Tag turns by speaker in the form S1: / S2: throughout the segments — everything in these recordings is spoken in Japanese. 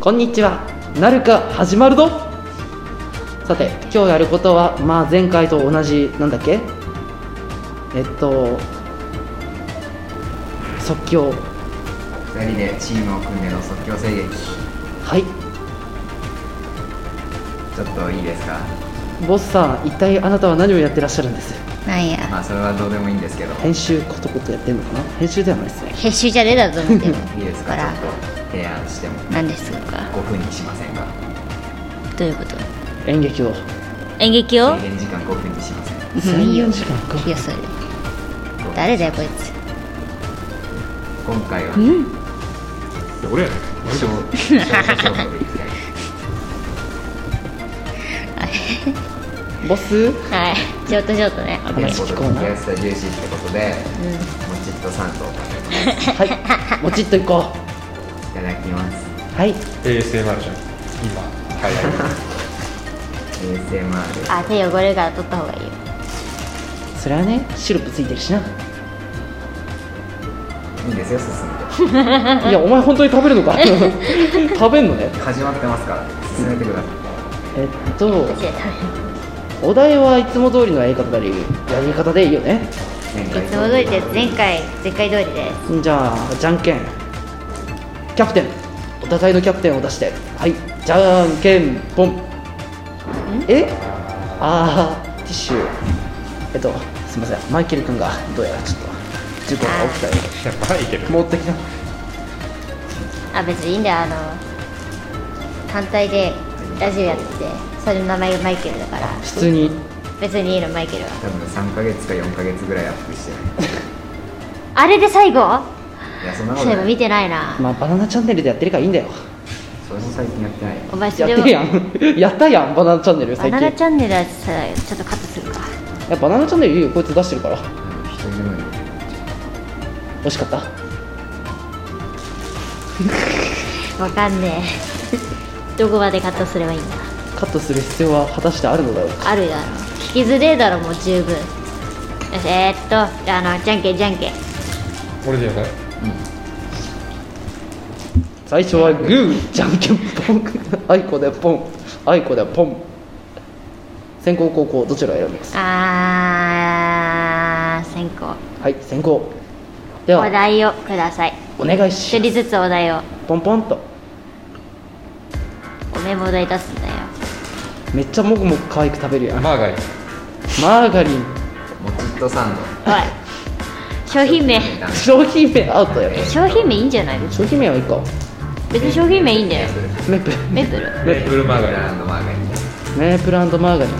S1: こんにちはなるか始まるぞさて今日やることはまあ前回と同じなんだっけえっと即興
S2: 2人でチームを組んでの即興制撃
S1: はい
S2: ちょっといいですか
S1: ボスさん一体あなたは何をやってらっしゃるんです
S3: なんや
S2: まあそれはどうでもいいんですけど
S1: 編集ことことやってんのかな編集ではないですね
S3: 編集じゃねえだと思 ってる
S2: いいですか
S3: ほ
S2: ちょ
S3: ら
S2: っと提案しても
S3: 何ですか
S2: 5分にしませんか
S3: どういうこと
S1: 演劇を
S3: 演劇を
S2: 制限時間5分にしません
S3: いいよ
S1: 14時間か
S3: いやそれ誰だよこいつ
S2: 今回は
S4: 俺やね
S2: ショ ーショートショートでいきたい
S1: ボス
S3: はいショートショートね
S1: あ
S2: という
S1: 話
S2: こ
S1: 聞
S2: と
S1: こう
S2: で
S1: な
S2: やすさ重視ってことで
S3: うん
S2: もちっと3頭
S1: はいもちっといこう
S2: いただきます
S1: はい
S4: ASMR じゃん今はい
S2: ASMR
S3: あ手汚れるから取った方がいい よ
S1: それはねシロップついてるしな
S2: いいですよ進め
S1: いやお前本当に食べるのか 食べんのね
S2: て始まってますから進めてください
S1: えっと
S3: 私は食
S1: お題はいつも通りのやり方でいいやり方でいいよね
S2: 前
S3: べるいつも通りで前回前回通りです
S1: じゃあじゃんけんキャプテンお互いのキャプテンを出してはいじゃんけんぽんえあーティッシュえっとすみませんマイケル君がどうやらちょっと事故が起きたよ
S4: やばいけど
S1: うで持ってきな
S3: あ別にいいんだよあの反対でラジオやっててそれの名前がマイケルだから
S1: 普通に
S3: 別にいいのマイケルは
S2: 多分3ヶ月か4ヶ月ぐらいアップしてな
S3: あれで最後
S2: いいやそんなこ
S3: そ
S2: と
S3: ういえ
S2: な
S3: ば
S2: い
S3: 見てないな
S1: まあバナナチャンネルでやってるからいいんだよ
S2: それも最近やってない
S3: お前そ
S1: や
S3: れ
S1: って
S3: を
S1: るやん やったやんバナナチャンネル
S3: バ
S1: 最
S3: ナ
S1: 近
S3: ナ
S1: い
S3: チャンネルはさちょっとカットするか
S1: やバナナチャンネルいいよこいつ出してるから
S2: うん一人でもいい
S1: 美味しかった
S3: わかんねえどこまでカットすればいいんだ
S1: カットする必要は果たしてあるのだろうか
S3: あるだろ引きずれえだろもう十分よしえー、っとあのじゃんけんじゃんけん
S4: 俺でやばい
S1: 最初はグーじゃんけんポンあいこでポンあいこでポン先攻後攻どちらを選びます
S3: あー先行
S1: はい先攻で
S3: お
S1: は
S3: 題をください
S1: お願い
S3: 一
S1: しま
S3: 人
S1: す
S3: ずつお題を
S1: ポンポンと
S3: おめもお題出すんだよ
S1: めっちゃもぐもぐ可愛く食べるやん
S4: マーガリン
S1: マーガリン
S2: もちっとサンド
S3: おい商品名
S2: ダメ
S1: 商品名アウトや
S3: 商品名いいんじゃない
S1: 商品名はいいか
S3: 別に商品名いいんだよ
S1: メープル
S3: メープル
S4: メープルマーガリン
S2: ンマーガリン
S1: メープルマーガリン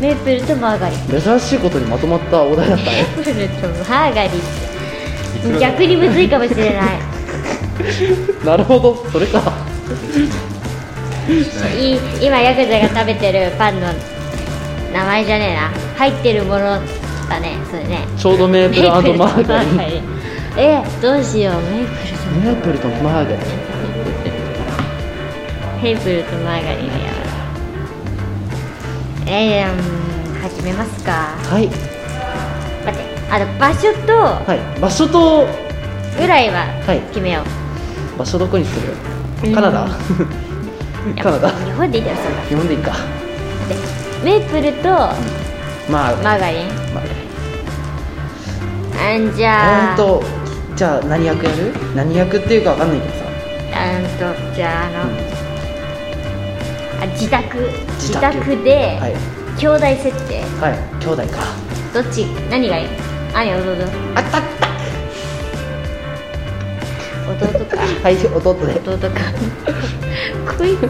S3: メープルとマーガリン
S1: 珍しいことにまとまったお題だったね
S3: メープルとマーガリン
S4: いくらでも
S3: 逆にむずいかもしれない
S1: なるほどそれか
S2: はい
S3: い今ヤクザが食べてるパンの名前じゃねえな入ってるものだねそれね
S1: ちょうどメープルマーガリン
S3: リン えどうしようメ
S1: メ
S3: ープルと
S1: ープルとマーガリン
S3: メープルとマーガリンはやばいえー、うーん始めますか
S1: はい
S3: 待ってあの場所と
S1: はい場所と
S3: ぐらい
S1: はい
S3: は決めよう、
S1: 場所どこにす
S3: う
S1: る
S3: ん
S1: カナダ
S3: い や
S1: カナダ
S3: 日本でいいだろそれだ
S1: 日本でいいか
S3: ってメープルと
S1: まあ、
S3: マーガリン
S1: まあね
S3: あんじゃ
S1: えー
S3: あ
S1: っとじゃあ何役やる何役っていうかわかんないけどさ
S3: あんとじゃああの、
S1: うん
S3: あ自宅
S1: 自
S3: 自
S1: 宅
S3: 宅で、
S1: はい
S3: 兄弟設定
S1: はい兄弟か
S3: どっち何がいい兄弟
S1: あったあ っ
S3: 弟か
S1: たはい弟で
S3: 弟かこいつ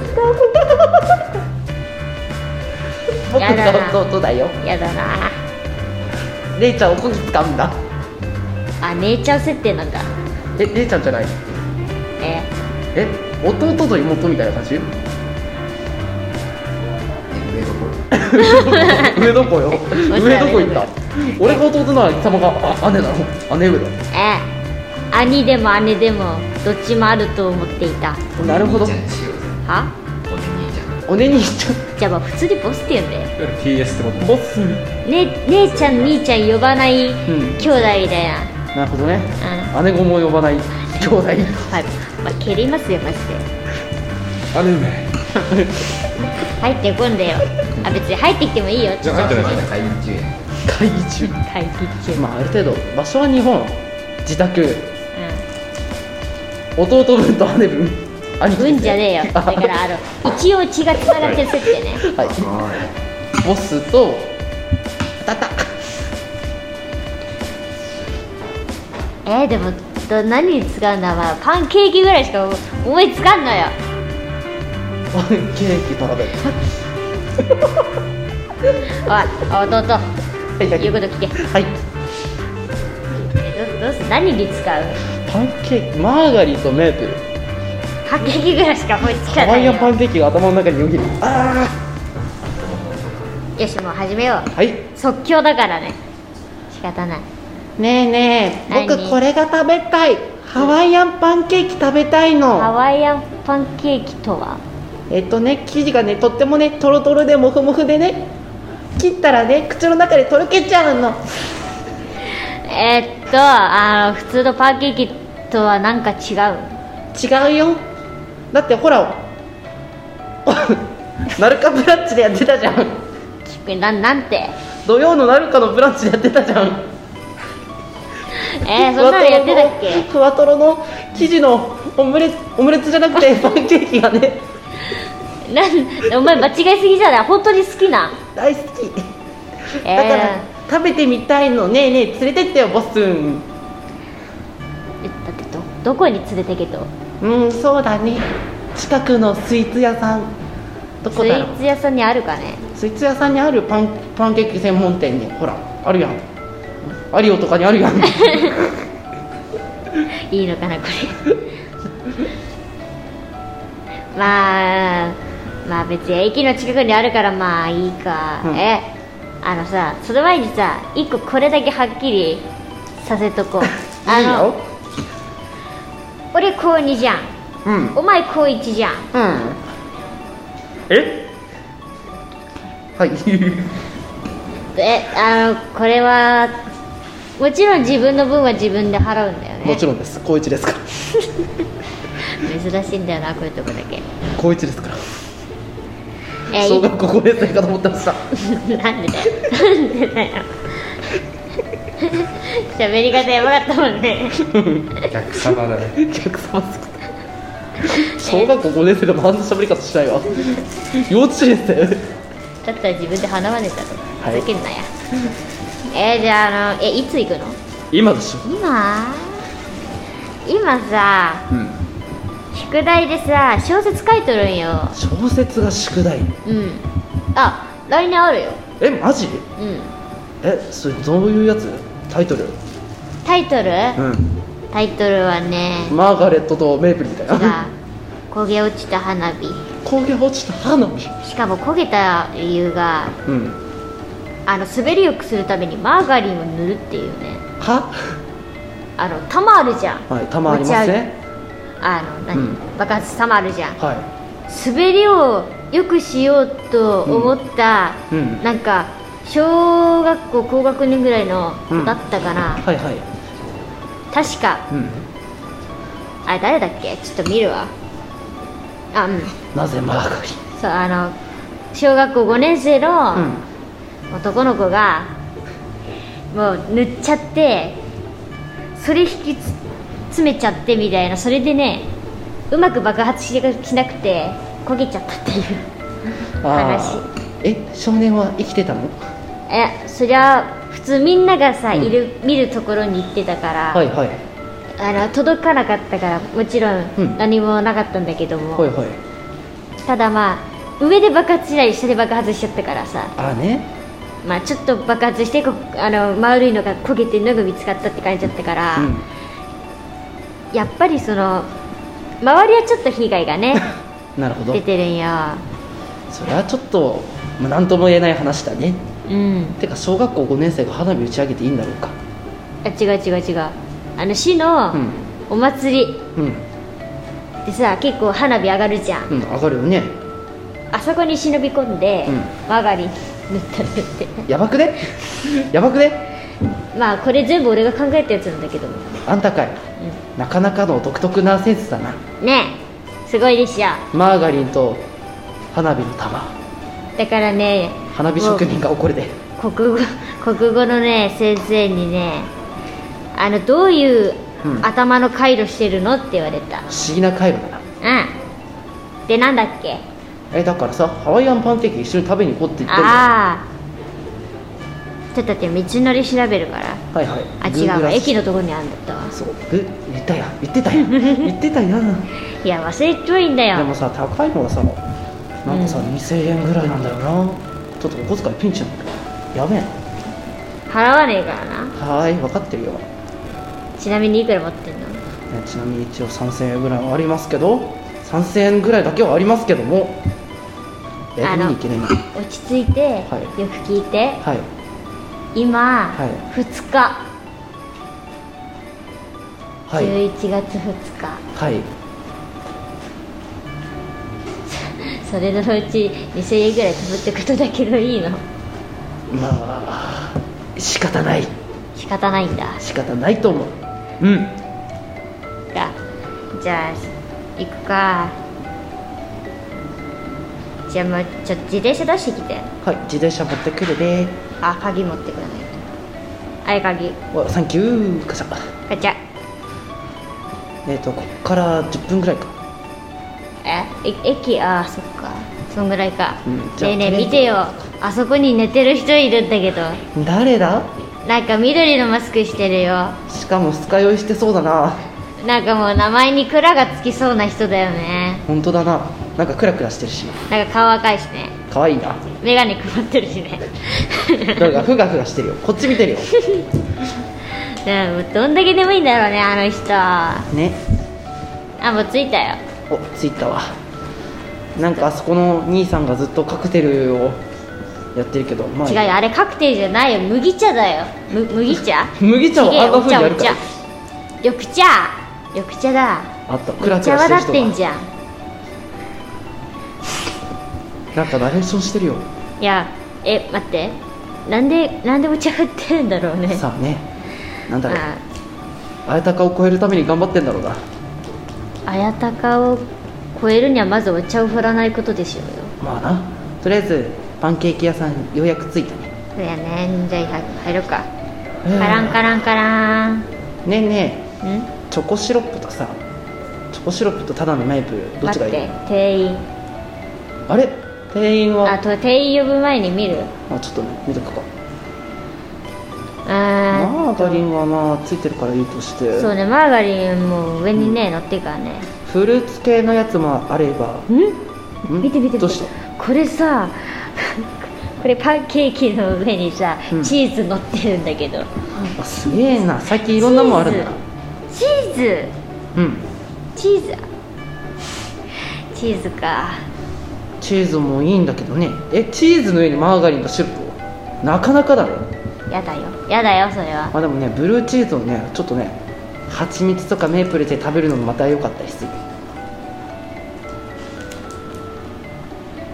S1: 僕
S3: やだな
S1: が弟だよ
S3: だやだな
S1: 姉ちゃんおこぎ使うんだ
S3: あ姉ちゃん設定なんだ
S1: え姉ちゃんじゃない
S3: え
S1: え弟と妹みたいな感 じ
S2: 上の方
S1: 上どこよ上どこ行った俺が弟なら貴様があ姉なの姉上だ
S3: え兄でも姉でもどっちもあると思っていた
S1: なるほど
S2: お兄ちゃんにしようぜ
S3: は
S2: お兄ちゃん
S1: お姉にしちゃ
S3: じゃあまあ普通にボスって言うんだよ
S4: TS ってこ
S1: ボス
S3: ね姉ちゃん兄ちゃん呼ばない兄弟みたいな、
S1: なるほどね
S3: あの
S1: 姉子も呼ばない兄弟
S3: はい、まあ、蹴りますよマジで
S4: あれうめえ
S3: 入ってこんでよあ別に入ってきてもいいよ
S4: じゃあ入って
S2: ま
S4: ない
S2: だ会議中や
S1: 会議中
S3: 会議中
S1: まあある程度場所は日本自宅
S3: う
S1: 弟分と姉分兄貴
S3: ん、うんじゃねえよ だ
S1: あ
S3: からあの一応血がつながってる設定ね
S1: はい
S2: すごい
S1: ボスとたた
S3: えー、でもど何に使うんだまあパンケーキぐらいしか思いつかんのよ
S1: パンケーキ食べる
S3: おい弟
S1: はいはい
S3: 言うこと聞け
S1: はい
S3: えどどうす何に使う
S1: パンケーキマーガリンとメープル
S3: パンケーキぐらいしか思いつか
S1: ハ
S3: な
S1: ワ
S3: い
S1: イ
S3: よ
S1: アンパンケーキが頭の中によぎるあ
S3: よしもう始めよ
S1: あはいう
S3: 即興だからね仕方ない
S1: ねえね
S3: え僕何こ
S1: れが食べたいハワイアンパンケーキ食べたい
S3: ハワイアンパンケーキとは
S1: えっとね生地がねとってもねとろとろでもふもふでね切ったらね口の中でとろけちゃうの
S3: えーっとあの普通のパンケーキとはなんか違う
S1: 違うよだってほら ナルカブランチでやってたじゃん
S3: きななんて
S1: 土曜のナルカのブランチでやってたじゃん
S3: えー、そんなのやってたっけ
S1: ふわとろのふわとろの生地のオムレオムレツじゃなく てパンケーキがね
S3: なんお前間違いすぎじゃない本当に好きな
S1: 大好き
S3: え
S1: だから
S3: ー
S1: 食べてみたいのねえねえ連れてってよボスン
S3: えだってどどこに連れてけと
S1: うんそうだね近くのスイーツ屋さんどこ
S3: スイ
S1: だろ
S3: ーツ屋さんにあるかね
S1: うスイーツ屋さんにあるパンパンケーキ専門店にほらあるやんアリオとか にあるやん
S3: いいのかなこれ まあまあ別に駅の近くにあるからまあいいか、
S1: うん
S3: えあのさその前にさ一個これだけはっきりさせとこうあ
S1: いい
S3: の
S1: よ
S3: 俺高2じゃん
S1: うん
S3: お前高1じゃん
S1: うん。えはい。
S3: えあのこれはもちろん自分の分は自分で払うんだよね
S1: もちろんです。高一ですから。
S3: 珍しいんだよなこういうとこだけ
S1: 高一ですから。
S3: え
S1: 小学校5年生かと思ってま した。
S3: なんでだよなんでだよ喋り方やばかったもんね
S4: 逆さまだね
S1: 客様少ない。小学校5年生でもあんな喋り方しないわ。幼稚園生。
S3: だったら自分で鼻まねたと
S1: は
S3: ふ
S1: い
S3: ざけんなや、えーじゃああのえいつ行くの
S1: 今でしょ。
S3: 今今さ
S1: うん。
S3: 宿題でさ小説書いとるんよ
S1: 小説が宿題。
S3: うんあ来年あるよ
S1: え、マジ
S3: うん
S1: え、それどういうやつタイトル
S3: タイトル、
S1: ん。
S3: タイトルはね
S1: マーガレットとメープルみたい
S3: 違う
S1: な。
S3: 焦げ落ちた花火
S1: 焦げ落ちた花火。
S3: しかも焦げた理由が
S1: うん。
S3: あの滑りよくするためにマーガリンを塗るっていうね
S1: は
S3: あの玉あるじゃん
S1: はい、たまありますね。
S3: あの何、
S1: うん
S3: 爆発玉あるじゃん
S1: は
S3: 滑りをよくしようと思った、
S1: い。うん。
S3: なんか小学校高学年ぐらいの
S1: うん
S3: だったかな、
S1: はいはい。
S3: 確か
S1: うん。
S3: あれ誰だっけちょっと見るわあうん
S1: なぜマーガリ
S3: そうあの小学校5年生の、
S1: ン
S3: 男の子がもう塗っちゃってそれ引きつ詰めちゃってみたいなそれでねうまく爆発ししなくて焦げちゃったっていう
S1: あ
S3: 話
S1: ーえ少年は生きてたの
S3: えそりゃ普通みんながさ、
S1: うん
S3: いる見るところに行ってたから、
S1: はいはい
S3: あの届かなかったからもちろ
S1: うん
S3: ん何もなかったんだけども、
S1: はいはい
S3: ただまあ上で爆発しない下で爆発しちゃったからさ
S1: あーね
S3: まあ、ちょっと爆発してこあの丸いのが焦げてるのが見つかったって感じだったから、
S1: うん
S3: やっぱりその周りはちょっと被害が ね
S1: なるほど
S3: 出てるんよ
S1: それはちょっとまあ何とも言えない話だね
S3: うん
S1: てか小学校5年生が花火打ち上げていいんだろうか
S3: あ違う違う違うあの市の
S1: うん
S3: お祭り
S1: うん
S3: でさ結構花火上がるじゃん、
S1: うん上がるよね
S3: あそこに忍び込んで、
S1: うん
S3: マーガリン塗った塗って
S1: やばくね やばくね
S3: まあこれ全部俺が考えたやつなんだけども、
S1: あんたかいなかなかの独特なセンスだな
S3: ねすごいでしょ
S1: マーガリンと花火の玉
S3: だからね
S1: 花火職人が怒るで
S3: もう国語国語のね先生にねあのどういう
S1: うん
S3: 頭の回路してるのって言われた
S1: 不思議な回路だな
S3: うんでなんだっけ
S1: えだからさハワイアンパンケーキ一緒に食べに行こうって言ってるの
S3: ああちょっと待って道のり調べるから
S1: はいはい
S3: あ違う
S1: Google
S3: わ
S1: アシス
S3: 駅のとこにあるんだったわ
S1: そうぐ言ったやん言ってたや ん言ってたやん
S3: いや忘れちゃいんだ
S1: でも
S3: よ
S1: さ高いのはさなんかさ、2000円ぐらいなんだよなちょっとお小遣いピンチなんだけどやべえ
S3: 払わねえからな
S1: なはーい分かってるよ、ね
S3: ちなみにいくら持ってんの
S1: ちなみに一応3000円ぐらいはありますけど3000円ぐらいだけはありますけどもえ
S3: あ
S1: 見
S3: の
S1: に行けねえな
S3: 落ち着いて、
S1: はい
S3: よく聞いて
S1: はい
S3: 今、
S1: は
S3: 2日、
S1: はい
S3: 11月2日
S1: はい
S3: それのうち2000円ぐらい飛ぶってことだけどいいの
S1: まあ仕方ない
S3: 仕方ないんだ
S1: 仕方ないと思ううん
S3: がじゃあ行くかじゃあもうちょっと自転車出してきて
S1: はい自転車持ってくるで
S3: あ鍵持ってくれないとあい鍵
S1: わサンキューガチャ
S3: ガチャ
S1: えっ、とこっから10分ぐらいか
S3: えい駅あそっかそんぐらいか、
S1: うんじゃあ
S3: ねえね
S1: とりあえ
S3: え
S1: ず
S3: 見てよあそこに寝てる人いるんだけど
S1: 誰だ
S3: なんか緑のマスクしてるよ
S1: しかも二日酔いしてそうだな
S3: なんかもう名前に蔵がつきそうな人だよね
S1: 本当だななんかクラクラしてるし
S3: なんか顔赤いしね
S1: 可愛いな
S3: 眼鏡曇ってるしね
S1: なんかフガフガしてるよこっち見てる よ
S3: ねえもうどんだけでもいいんだろうねあの人あ
S1: ね
S3: もう着いたよ
S1: お着いたわなんかあそこの兄さんがずっとカクテルをやってるけどまあ
S3: 違うよあれカクテルじゃないよ麦茶だよむ麦茶
S1: 麦茶を
S3: ちげえよ
S1: あんなふうにやる
S3: お
S1: か
S3: 茶
S1: ら
S3: お茶緑茶緑茶だ
S1: あったクラ
S3: 緑
S1: ク
S3: 茶
S1: ラ
S3: は
S1: して
S3: だ
S1: る
S3: ってん
S1: 人
S3: じ
S1: が
S3: ゃん
S1: なんかナレーションしてるよ
S3: いやえ待ってなんでなんでお茶振ってるんだろうね
S1: さあねなんだろう
S3: あ
S1: あやたかを超えるために頑張ってんだろうな
S3: 綾鷹を超えるにはまずお茶を振らないことでしょうよ
S1: まあなとりあえずパンケーキ屋さんようやく着いたね
S3: そうやねじゃあ入ろうか
S1: うん
S3: カランカランカランん
S1: ねえねえチョコシロップとさチョコシロップとただのメープルどっち
S3: 待
S1: が
S3: っ
S1: いい
S3: て店員
S1: あれ店員は
S3: あと店員呼ぶ前に見る
S1: あちょっとね見とくか
S3: あ
S1: マーガリンはまあついてるからいいとして
S3: ーそうねマーガリンも上にね乗ってるからね
S1: フルーツ系のやつもあれば
S3: ん
S1: ん
S3: 見て見て見て
S1: どうした
S3: これさ これパンケーキの上にさ、
S1: うん
S3: チーズ乗ってるんだけど
S1: あすげえな最近いろんなもんあるんだな
S3: チーズ
S1: うん
S3: チーズチーズか
S1: チーズもいいんだけどねえチーズの上にマーガリンとシロップをなかなかだね
S3: やだよやだよそれは
S1: まあでもねブルーチーズをねちょっとね蜂蜜とかメープルで食べるのもまた良かったりする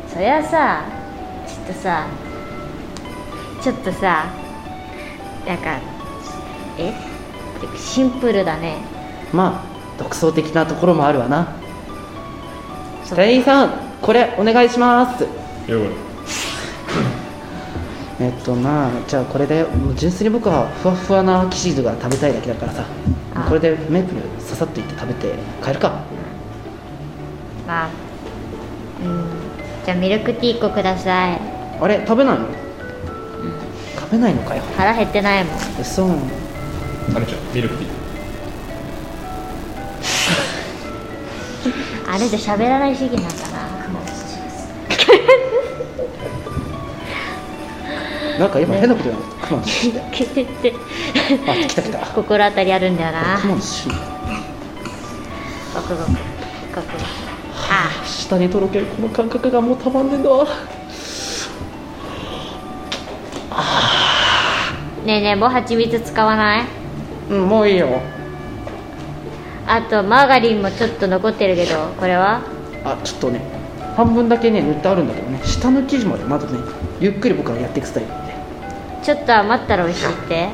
S3: それはさちょっとさちょっとさなんかえシンプルだね
S1: まあ独創的なところもあるわな
S3: そう
S1: 店員さんこれお願いします
S4: よ
S1: えっとまあじゃあこれでもう純粋に僕はふわふわなキシードが食べたいだけだからさ
S3: あ
S1: これでメープルささっといって食べて帰るか
S3: まあうんじゃあミルクティー1個ください
S1: あれ食べないの、食べないのかよ
S3: 腹減ってないもん
S1: うそ
S4: 食べちゃうミルクティー
S3: あれじゃ喋らない主義なんかな
S1: なんか今変なこと言わなかっ たクマの出身だよ
S3: けてって
S1: あ来た来た
S3: 心当たりあるんだよな
S1: クマの出身だよ
S3: ごくごくごくごくあ
S1: 下にとろけるこの感覚がもうたまんねえんだわ
S3: ねえねえもう蜂蜜使わない
S1: うんもういいよ
S3: あとマーガリンもちょっと残ってるけどこれは
S1: あちょっとね半分だけね塗ってあるんだけどね下の生地までまだねゆっくり僕はやっていくスタイルなんで
S3: ちょっと余ったら美味しいって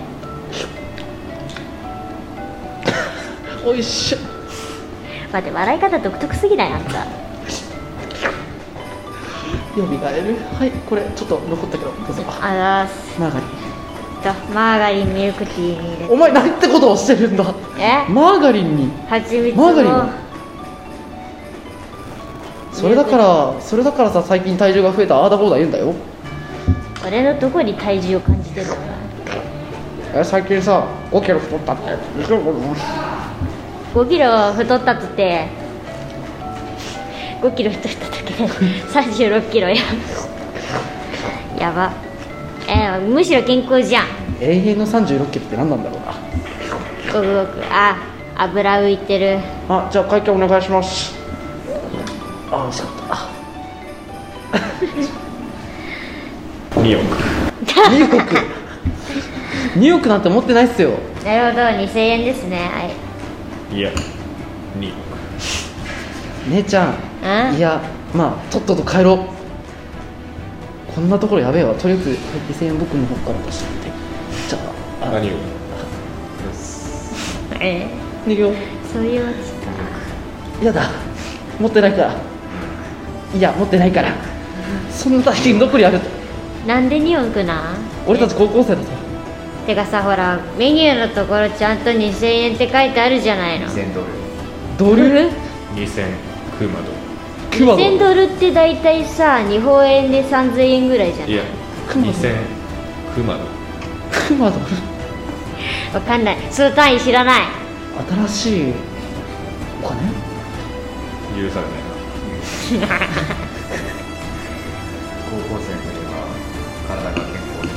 S1: おいしょ
S3: 待って笑い方独特すぎないあんた
S1: よみがえるはいこれちょっと残ったけどどうぞあ
S3: あざーす
S1: マーガリン
S3: とマーガリンミルクティーに入
S1: お前なんてことをしてるんだ
S3: れて
S1: マーガリンに
S3: え蜂蜜
S1: マーガリン
S3: も
S1: はそれだからそれだからさ最近体重が増えたああだこうだ言うんだよ
S3: 俺のどこに体重を感じてるのか
S1: え最近さ5キロ太ったって
S3: 5キロ太ったっつって5キロ太っただけで36キロややばえーむしろ健康じゃん
S1: 永遠の36キロって何なんだろうな
S3: ごくごくあ油浮いてる
S1: あじゃあ会計お願いしますあ美味しかったあ
S4: 2億
S1: 2億2億なんて持ってないっすよ
S3: なるほど2000円ですねはい
S4: いや2億
S1: 姉ちゃん
S3: うん
S1: いやまあとっとと帰ろうこんなところやべえわとりあえず2000円僕の方から出してみてじゃああ
S4: 何を
S3: え
S1: 逃げよう
S3: ーそういう落ちか
S1: やだ持ってないからいや持ってないからそんな大金どこにあると
S3: なんで2億なん
S1: 俺たち高校生だぞ
S3: てかさほらメニューのところちゃんと2000円って書いてあるじゃないの
S2: 2000ド
S1: ド
S2: ル
S1: ル
S4: 2000クーマド
S1: クマ
S3: 2000
S1: の
S3: ドルって大体さ日本円で3000円ぐらいじゃないい
S4: や
S1: クマド
S4: 2000クーマ
S1: クマドル
S3: わかんないその単位知らない
S1: 新しいお金
S4: ド許されない
S2: 高校生の時は体が健康でし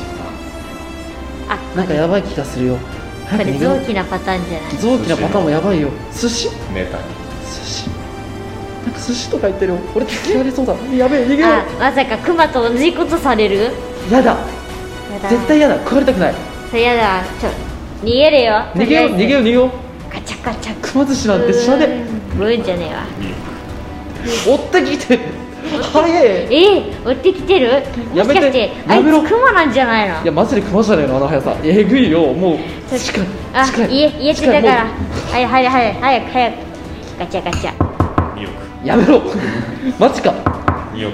S2: た
S3: あ
S1: なんかやばい気がするよ
S3: こ
S1: 早く
S3: れ
S1: 逃げよ
S3: 臓
S1: う
S3: 器なパターンじゃない
S1: 臓器のパターンもやばいよ寿司寿
S4: なネタに
S1: 司なんか寿司とか言ってるよ俺嫌われそうだやべえ逃げよ
S3: あまさかクマと同じことされる
S1: うやだ
S3: やだ
S1: 絶対やだ食われたくない
S3: それやだちょ逃げるよ
S1: 逃げよう逃げよう逃げよう
S3: うカチャカチャ
S1: クマ寿司なんて知らねえ
S3: ブーンじゃねえわ
S4: 2億
S1: 追ってきて早え
S3: えー、追ってきてるも
S1: や
S3: し
S1: めて
S3: かしてあ
S1: や
S3: い
S1: めろ
S3: つクマなんじゃない
S1: いや
S3: の
S1: マジで熊じゃねえのあの速さえぐいよもう
S3: ちょ
S1: 近い
S3: あ
S1: 近い
S3: 家家出
S1: 近
S3: た
S1: い
S3: から
S1: も
S3: はいはいはい早く早くガチャガチャ
S4: 2億
S1: うやめろ マジか
S4: 2億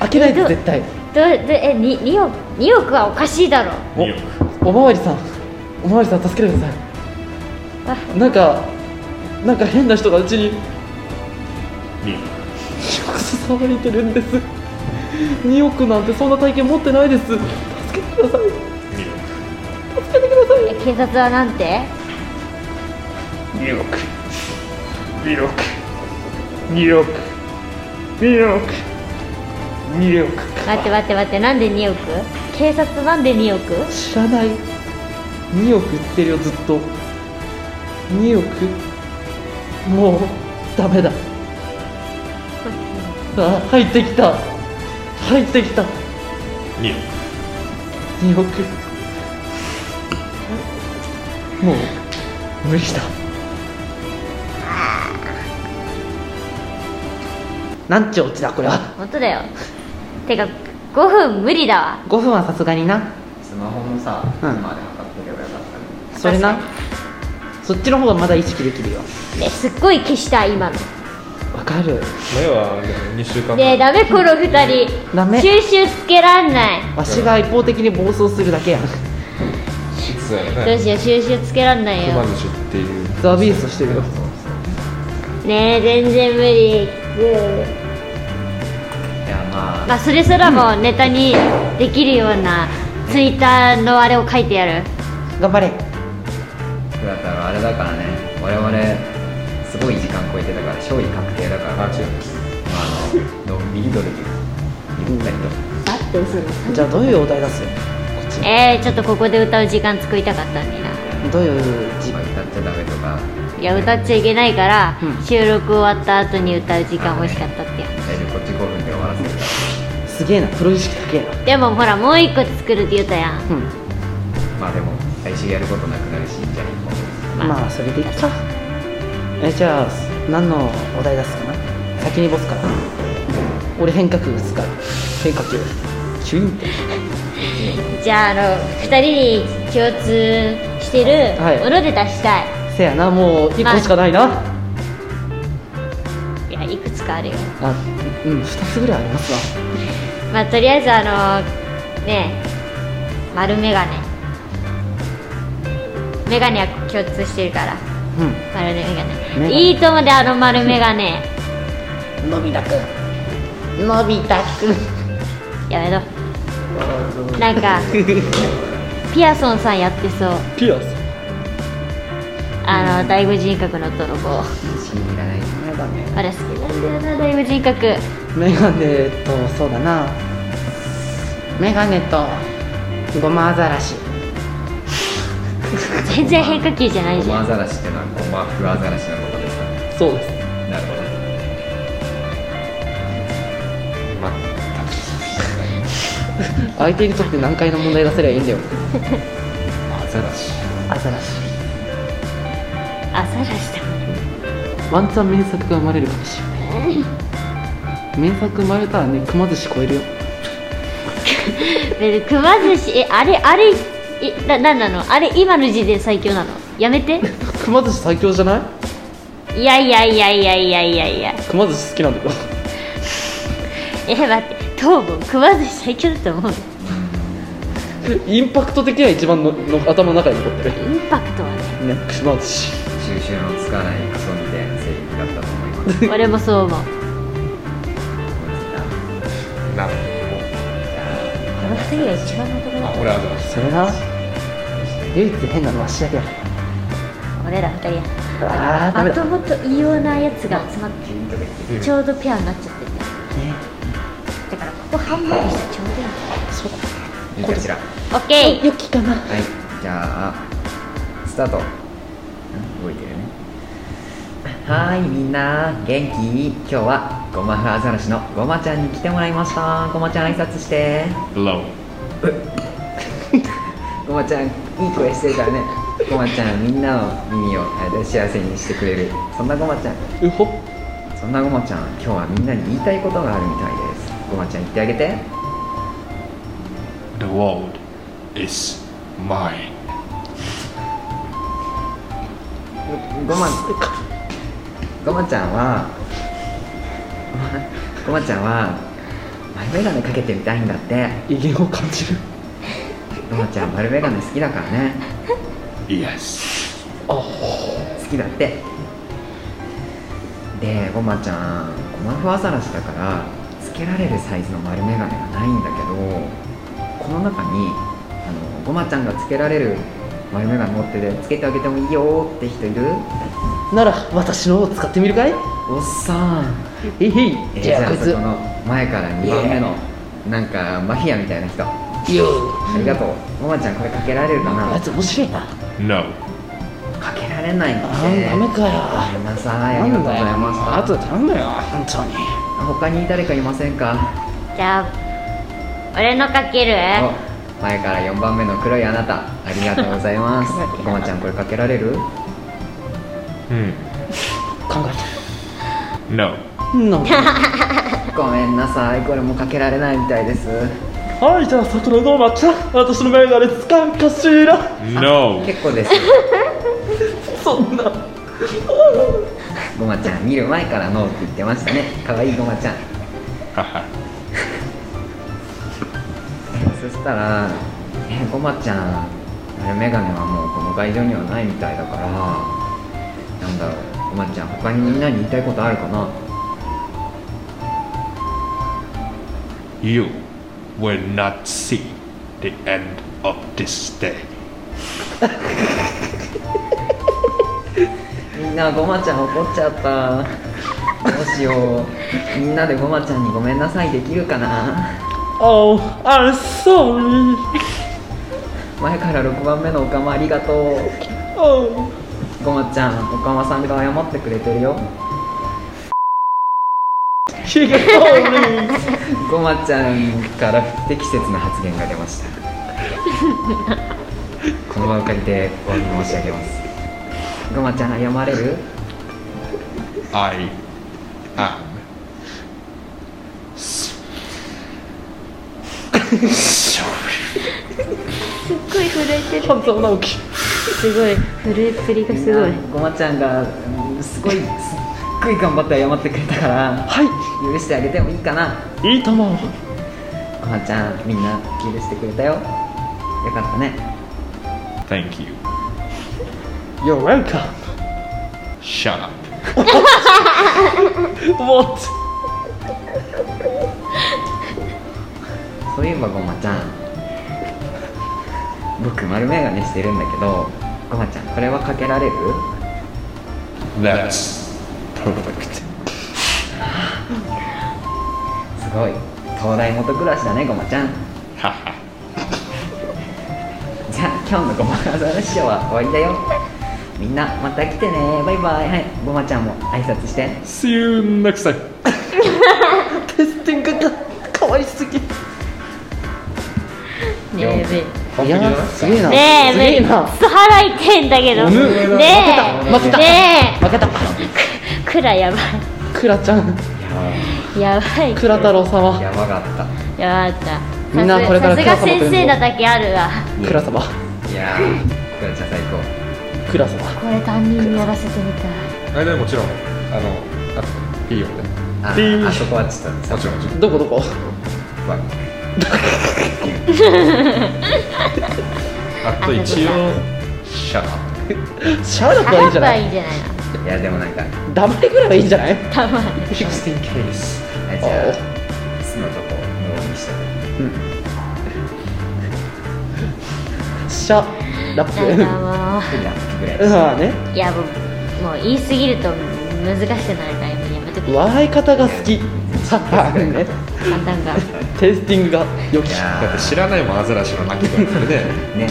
S1: 開けない
S3: え
S1: で
S3: どう
S1: 絶対
S3: どうどうえに2億2億はおかしいだろ
S1: お
S4: 2億
S1: おまわりさんおまわりさん助けてくださ
S3: あ
S1: いなんかなんか変な人がうちに直く
S4: 2億
S1: 騒いでるんです2億なんてそんな体験持ってないです助けてください
S4: 2億
S3: え警察はなんて
S4: ニューヨークニューヨークニューヨークニューヨークニューヨーク
S3: 待って待って待ってなんで2億警察なんで2億
S1: 知らない2億売ってるよずっと2億もうダ メだあ入ってきた入ってきた
S4: ニューヨー
S1: 2億もう無理だなんちゅうオチだこれは
S3: 本当だよてか5分無理だわ
S1: 5分はさすがにな
S2: スマホもさ、
S1: うん
S2: 今まで測っておけばよかったのに
S1: それな
S3: 確
S1: そっちの方がまだ意識できるよ
S3: えすっごい消した今の
S1: わかる
S4: ク前は2週間
S3: ねえダメこの2人
S1: ダメ
S3: 収集つけらんない
S1: わしが一方的に暴走するだけやん
S4: 実だよ
S3: どう
S4: ね
S3: しよう収集つけらんないよ
S4: 熊寿司っていう
S1: ザ・ビーストしてるよ
S3: ねえ全然無理グ
S2: いやま
S3: ー
S2: あ
S3: まあそれすらもネタにできるようなツイッターのあれを書いてやる
S1: 頑張れ
S2: 僕だったらあれだからね我々すごい時間超えてたから勝利確定だから
S4: あ違う
S2: まああののんびりドルでゆったりと
S3: バッてする
S1: じゃあどういうお題出すよ
S3: えー、ちょっとここで歌う時間作りたかったんだな
S1: どういう字
S2: まあ歌っちゃダメとか
S3: いや歌っちゃいけないから、
S1: うん
S3: 収録終わった後に歌う時間欲しかったってや
S2: 大丈夫こっち5分で終わらせるか
S1: すげえなプロ意識高えな
S3: でもほらもう一個作るって言ったやん
S1: うん
S2: らまあでも来週やることなくなるしじゃあ一本
S1: まあそれでいっかえじゃあ何のお題出すかな先にボスから俺変革打つから変化球キュインって
S3: じゃああの2人に共通してる
S1: はい
S3: もので出したい、
S1: せやなもう1個しかないな、
S3: かあれ
S1: あうん2つぐらいありますわ
S3: まあとりあえずあのねえ丸眼鏡眼鏡は共通してるから
S1: う
S3: 丸眼
S1: 眼
S3: 鏡
S1: 鏡
S3: いいともであの丸眼鏡
S1: んのび太くんのび太くん
S3: や めろなんかピアソンさんやってそう
S1: ピアス
S3: あの第五人格の泥棒
S2: 死にいらない
S1: メガネ
S3: あれ好きなんだよな第五人格
S1: メガネとそうだなメガネとゴマアザラシ
S3: 全然変化球じゃない
S2: ゴ
S3: じゃ
S2: マア
S3: ん
S2: ザラシってのはゴマフアザラシのことですかね
S1: そうです
S2: なるほどま
S1: 相手にとって難解な問題出せればいいんだよ
S2: アザラシ
S1: アザラシ
S3: あサラシだ
S1: ワンチャン名作が生まれるかもしれない名作生まれたらねくま寿司超えるよ
S3: でくま寿司えあれあれえななんなのあれ今の時点最強なのやめて
S1: くま寿司最強じゃない
S3: いやいやいやいやいやいやいや
S1: くま寿司好きなんだけど
S3: え待って東郷くま寿司最強だと思う
S1: インパクト的には一番のの頭の中に残ってる
S3: インパクトは ね
S1: ねくま寿司
S2: 収集のつかないクソみたいなセリフだったと思います
S3: 俺もそう思う
S4: なる
S3: この二人が一番のところ
S4: ほ
S3: だ
S4: ど俺はどう
S1: それな唯一変なのはしだけだ
S3: 俺ら二人や
S1: あーダメ
S3: ま
S1: だ
S3: と
S1: ね
S3: もと異様なやつが集まって
S4: うん
S3: ちょうどペアになっちゃってるだからここ半分にしてちょうどいい
S1: そう
S2: いいかしらは
S3: オッケー
S1: よきかない
S2: じゃあスタートん動いてるねはーいみんな元気今日はゴマフアザラシのゴマちゃんに来てもらいましたゴマちゃん挨拶してゴマちゃんいい声してるからねゴマちゃんみんなの耳をえー幸せにしてくれるそんなゴマちゃん
S1: うほ
S2: そんなごまちゃん今日はみんなに言いたいことがあるみたいですごまちゃん言ってあげて
S4: The world is mine
S2: ごまごまちゃんはごまごまちゃんは丸眼鏡かけてみたいんだって
S1: 威厳を感じる
S2: ごまちゃん丸眼鏡好きだからね
S4: Yes
S2: 好きだってでごまちゃんごまふアザラシだからつけられるサイズの丸眼鏡がないんだけどこの中にあのごまちゃんがつけられる丸眼鏡持っててつけてあげてもいいよって人いる
S1: なら私のを使ってみるかい
S2: おっさん
S1: へいへい
S2: えー
S1: じ
S2: じ
S1: ゃあこ
S2: ゃあ
S1: い
S2: そ
S1: つ
S2: この前から2番目のなんかマフィアみたいな人あ
S1: いや
S2: りがとうママちゃんこれかけられるか
S1: あ
S2: ない
S1: つ面白いな
S4: No
S2: かけられないって
S1: あーダメかよ
S2: ごめんなさいあ
S1: な
S2: りがとうんござ
S1: だ
S2: い
S1: よ
S2: ました
S1: あとで頼むよ本当に
S2: 他に誰かいませんか
S3: じゃあ俺のかける
S2: お前から4番目の黒いあなたありがとうござ いますごまちゃんこれかけられる
S4: Hmm.
S1: 考
S4: No
S1: えてなんだ
S2: ごめんなさいこれもかけられないみたいです
S1: はいじゃあ桜の抹茶私のメガネ使うかしら
S4: No
S2: 結構です
S1: そんな
S2: ごまちゃん見る前からノーって言ってましたねかわいいごまちゃんそしたら「えごまちゃんあれメガネはもうこの会場にはないみたいだからなんだろうごまちゃん他にみんなに言いたいことあるかな
S4: You will not see the end of this day
S2: みんなごまちゃん怒っちゃったどうしようみんなでごまちゃんにごめんなさいできるかな
S1: Oh I'm sorry
S2: 前から6番目のおかまありがと
S1: Oh
S2: うごまちゃんおかまさんが謝ってくれてるよ
S1: he got sorry
S2: ごまちゃんから不適切な発言が出ましたこの場を借りてお詫び申し上げますごまちゃん謝れる
S4: I am s- sorry
S3: すっごい震えてる
S1: 半沢直樹
S3: すごい震えっぷりがすごい
S2: ごまちゃんがうんすごいすっごい頑張って謝ってくれたから
S1: はい
S2: 許してあげてもいいかない
S1: いとも
S2: ごまちゃんみんな許してくれたよよかったね
S4: Thank you.
S1: You're welcome
S4: Shut up.
S1: What?
S2: そういえばごまちゃん僕丸眼鏡してるんだけどごまちゃんこれはかけられる
S4: That's perfect.
S2: すごい東大元暮らしだねごまちゃん
S4: Haha.
S2: じゃあ今日のごまかざらしは終わりだよみんなまた来てねバイバイはいごまちゃんも挨拶して
S4: See you next time.
S1: テスティングがかわいすぎ
S3: ねえべ
S1: いやーすげえな
S3: ね
S1: すげ
S3: え
S1: え
S3: べ
S1: な
S3: つ払いてんだけどねえ
S1: 負けた
S3: ね
S1: 負け た
S3: えくらやば
S1: クラちゃん
S3: いやばい
S1: クラ太郎様
S2: やばかった
S3: やばかった
S1: みんなこれから
S3: さす
S1: クラ
S3: が
S1: ス持ってるぞ
S3: 先生なだけあるわ
S1: クラ様
S2: いやーごまちゃん最高
S1: クラ様
S3: これ担任にやらせてみたい
S4: あれでもちろんあのあいいよね
S2: あ
S4: ピー
S2: あそこはちょっと
S4: もちろんもちろん
S1: どこどこ
S2: わ
S4: あと一応シャア
S1: シャーラットはいいんじゃ
S3: 払
S1: な
S3: えばいい
S1: い
S3: んじゃないの
S2: いやでもなんか
S1: 黙りぐらいはいいんじゃない
S3: たまに
S4: Just in case
S2: あれじゃあ巣のとこ無音にして
S1: シャラッ
S2: くラップぐら
S3: なんかも
S2: い
S1: プまあね
S3: ういやもうもう言いすぎると難しくなるからやめて
S1: 笑い方が好きさあね
S3: 簡単が
S1: テイスティングが良き
S2: いや
S4: だって知らないもんアザラシの鳴き声なんてね
S2: ーね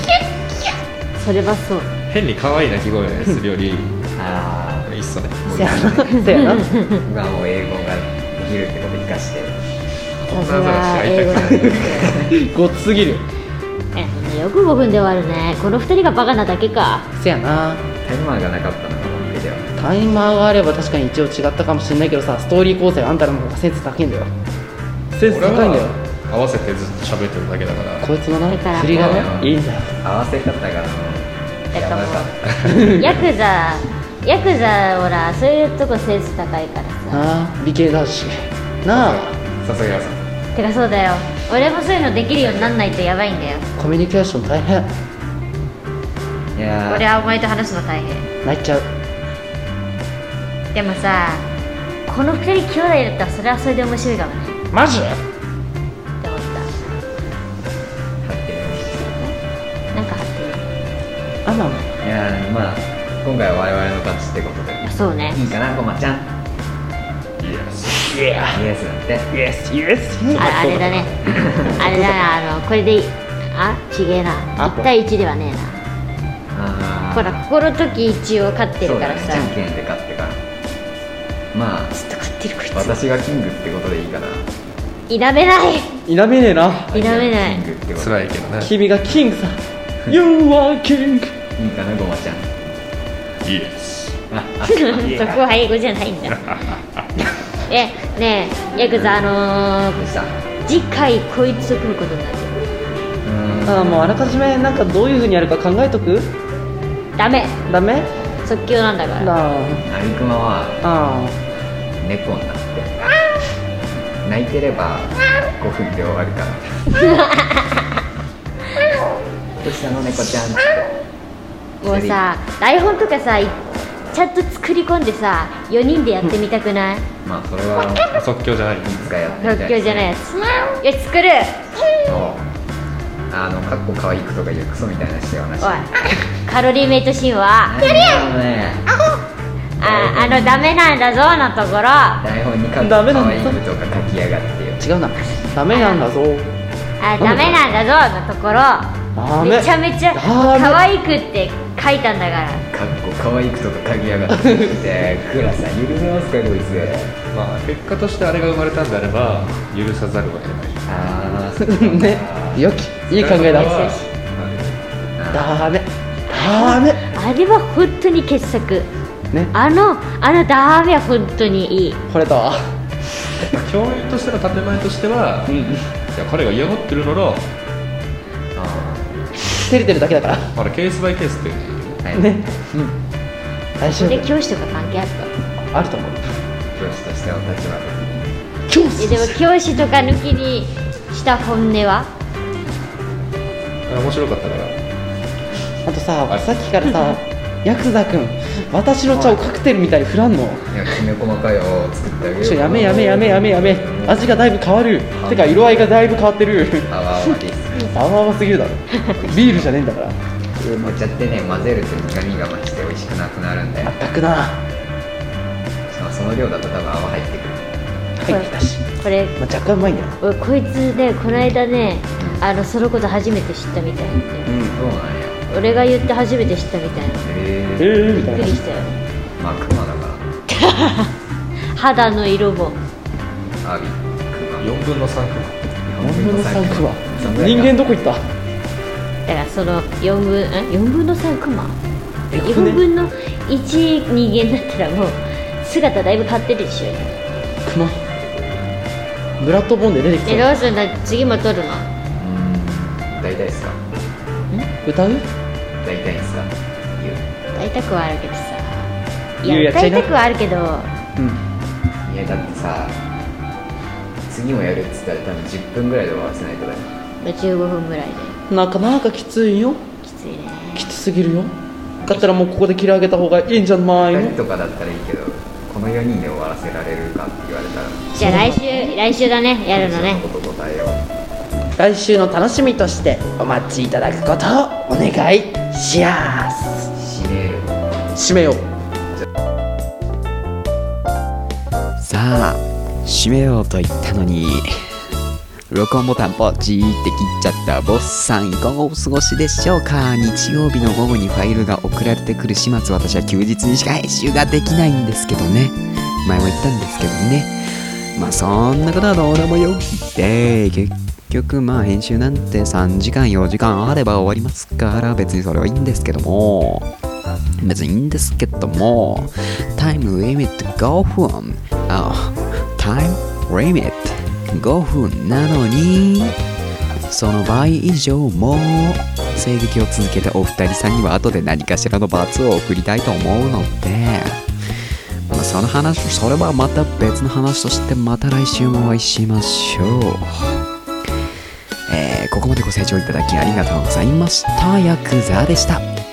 S3: それはそう
S4: 変に可愛い鳴き声するよりい
S2: あ
S4: っそね
S1: せやなせやな
S2: あ今もう英語ができるってこと生かして
S4: こんな
S3: さ
S4: ア
S3: す
S4: ザラ
S3: が
S4: シ会
S3: 英
S4: い
S3: 語
S4: た
S3: なん
S4: くな
S3: で
S4: い
S3: す
S1: ごつすぎる
S3: えよく5分で終わるねこの2人がバカなだけか
S1: せやな
S2: タイマーがなかったのが本当では
S1: タイマーがあれば確かに一応違ったかもしれないけどさストーリー構成あんたらの方がセンス高いんだよセンス
S4: 俺
S1: 高いんだよ
S4: は合わせてずっと喋ってるだけだから
S1: こいつのね
S3: だから
S1: 振りが
S2: そう
S1: ね
S2: よ
S1: いいんだよ
S2: 合わせ方が
S3: だ
S2: や
S3: か
S2: ば
S3: ら
S2: かった
S3: もうヤクザヤクザほらそういうとこセンス高いからさ
S1: なあ美形だしなあ
S4: さすがさ
S3: てかそうだよ俺もそういうのできるようになんないとやばいんだよ
S1: コミュニケーション大変
S2: いやー
S3: 俺はお前と話すの大変
S1: 泣いちゃう
S3: でもさこの2人兄弟だったらそれはそれで面白いかもね
S1: マジ
S3: って思っ
S2: 発展
S3: たなんかあ
S1: あ
S3: っ
S1: まあま
S2: いやーまあ今回は我々の勝ちってことで
S3: てそうね
S2: いいかなごまちゃん
S4: Yes
S1: あ Yeah
S2: イエスだって
S1: Yes Yes
S3: ああれだねあれだ なあのこれでいいあちげえな
S1: あ
S3: 1対1ではねえ
S2: あ
S3: な
S2: あ
S3: ほらここの時一応勝ってるから
S2: そう
S3: さ、
S2: だねじゃんけんで勝ってからまあ
S3: ずっと勝ってるこいつ
S2: 私がキングってことでいいかな
S3: 否めない
S1: 否めねえな
S3: 否め
S2: キ
S3: な
S2: ン
S3: い
S2: グってこと
S4: 辛いけどね
S1: 君がキングさ You are king
S2: いいかなごまちゃん
S4: Yes
S2: ああ
S3: そこは英語じゃないんだ えねえヤクザあの
S2: どうしたう
S3: ー、次回こいつと組むことになる
S2: ーん
S1: ああもうあらかじめなんかどういう風にやるか考えとく
S3: ダメ
S1: ダメ
S3: 即興なんだから
S1: な
S2: アリクマは
S1: ああ
S2: 猫になって泣いてれば5分で終わるから どうしたの猫ちゃん
S3: もうさ台本とかさいちゃんと作り込んでさ4人でやってみたくない
S2: まあそれは
S4: 即興じゃない
S2: いつかやってみたい
S3: 即興じゃないやつよし作る
S2: そうあのかっこかわいいとかいうクソみたいなしてはなし
S3: おいカロリーメイトシーンは
S2: 何だろうね
S3: ああのダメなんだぞのところあ
S2: 台本にかっこかわいいとか書きやがってよ
S1: 違うなダメなんだぞ
S3: ダメなんだぞのとこ
S1: ダ
S3: ろ
S1: メ
S3: めちゃめちゃ
S1: ダメ
S3: 可愛くって書いたんだから
S2: かっこかわいくとか書きやがって ってクラさん許せますかこいつ
S4: まあ結果としてあれが生まれたんであれば許さざるを得ない
S2: ああ
S1: ねよきいい考えだダメダメ
S3: あれは本当に傑作
S1: ね
S3: あのあのダメは本当にいい
S1: 惚れたわ
S4: 共演としての建前としては、いや彼が嫌がってるなら
S1: 照れてるだけだから
S4: まだケースバイケースっていうね
S2: はい
S1: ね大丈
S3: で
S1: 夫
S3: 教師とか関係ある
S1: あると思う
S2: 教師としての立場ですね
S1: 教師
S3: えでも教師とか抜きにした本音は
S5: あ面白かったから
S1: あとさ
S5: あ
S1: さっきからさヤクザくん私の茶をカクテルみたいに振らんの
S2: いやきめ細かいを作ってあげる
S1: ちょやめやめやめやめやめ味がだいぶ変わるてか色合いがだいぶ変わってる
S2: あわあわです
S1: 甘々すぎるだろビールじゃねえんだから
S2: お茶ってね混ぜると苦みが増して美味しくなくなるんで
S1: あくな
S2: まあその量だと多分泡入ってくる
S1: 入ってきたし、
S3: これ
S1: まあ、若干うまいんだよ
S3: 俺こいつねこの間ねあのそのこと初めて知ったみたいなんで
S1: うん
S2: そうなんや
S3: 俺が言って初めて知ったみたい
S2: へ
S3: な
S1: え
S2: え
S1: ーみたい
S3: びっく
S1: な
S3: りしたよ
S2: まあクマだか
S3: 肌の色も
S2: らアワビクマ
S5: 4分の3
S1: 4分の3クワ
S2: 人
S1: 人
S2: 間
S1: 間どこ行った
S3: だからその4分ん4分の3クマ
S1: え
S3: 4
S1: 船
S3: 分の1人間だったらもう姿だいぶ変わってるでしょ
S1: 熊ブラッドボーンで出てき
S3: え
S1: た
S3: どうするんだ次も撮るの
S2: 大体っすか
S1: 歌う
S2: 大体っすか言う
S3: やりたくはあるけどさい
S1: いや
S3: や
S1: やっちゃ
S3: 歌
S1: い
S3: い
S1: な
S3: たくはあるけど
S1: うん
S2: いやだってさ次もやるっつったら多分10分ぐらいで終わらせないとだよ
S3: 15分ぐらいで
S1: なかなかきついよ
S3: きついね
S1: きつすぎるよだったらもうここで切り上げた方がいいんじゃない
S2: 2人
S1: の
S2: とかだったらいいけどこの4人で終わらせられるかって言われたら
S3: じゃあ来週来週だねやるのね
S2: そこと答えよう
S1: 来週の楽しみとしてお待ちいただくことをお願いしや
S2: 死ねる
S1: す締めよう
S2: さあ閉めようと言ったのに録音ボタンポチーって切っちゃったボスさんいかがお過ごしでしょうか日曜日の午後にファイルが送られてくる始末私は休日にしか編集ができないんですけどね前も言ったんですけどねまあそんなことはどうでもよくて結局まあ編集なんて3時間4時間あれば終わりますから別にそれはいいんですけども別にいいんですけどもタイムリミット5分あタイムリミット5分なのにその倍以上も声撃を続けたお二人さんには後で何かしらの罰を送りたいと思うので、まあ、その話それはまた別の話としてまた来週もお会いしましょうえーここまでご清聴いただきありがとうございましたヤクザでした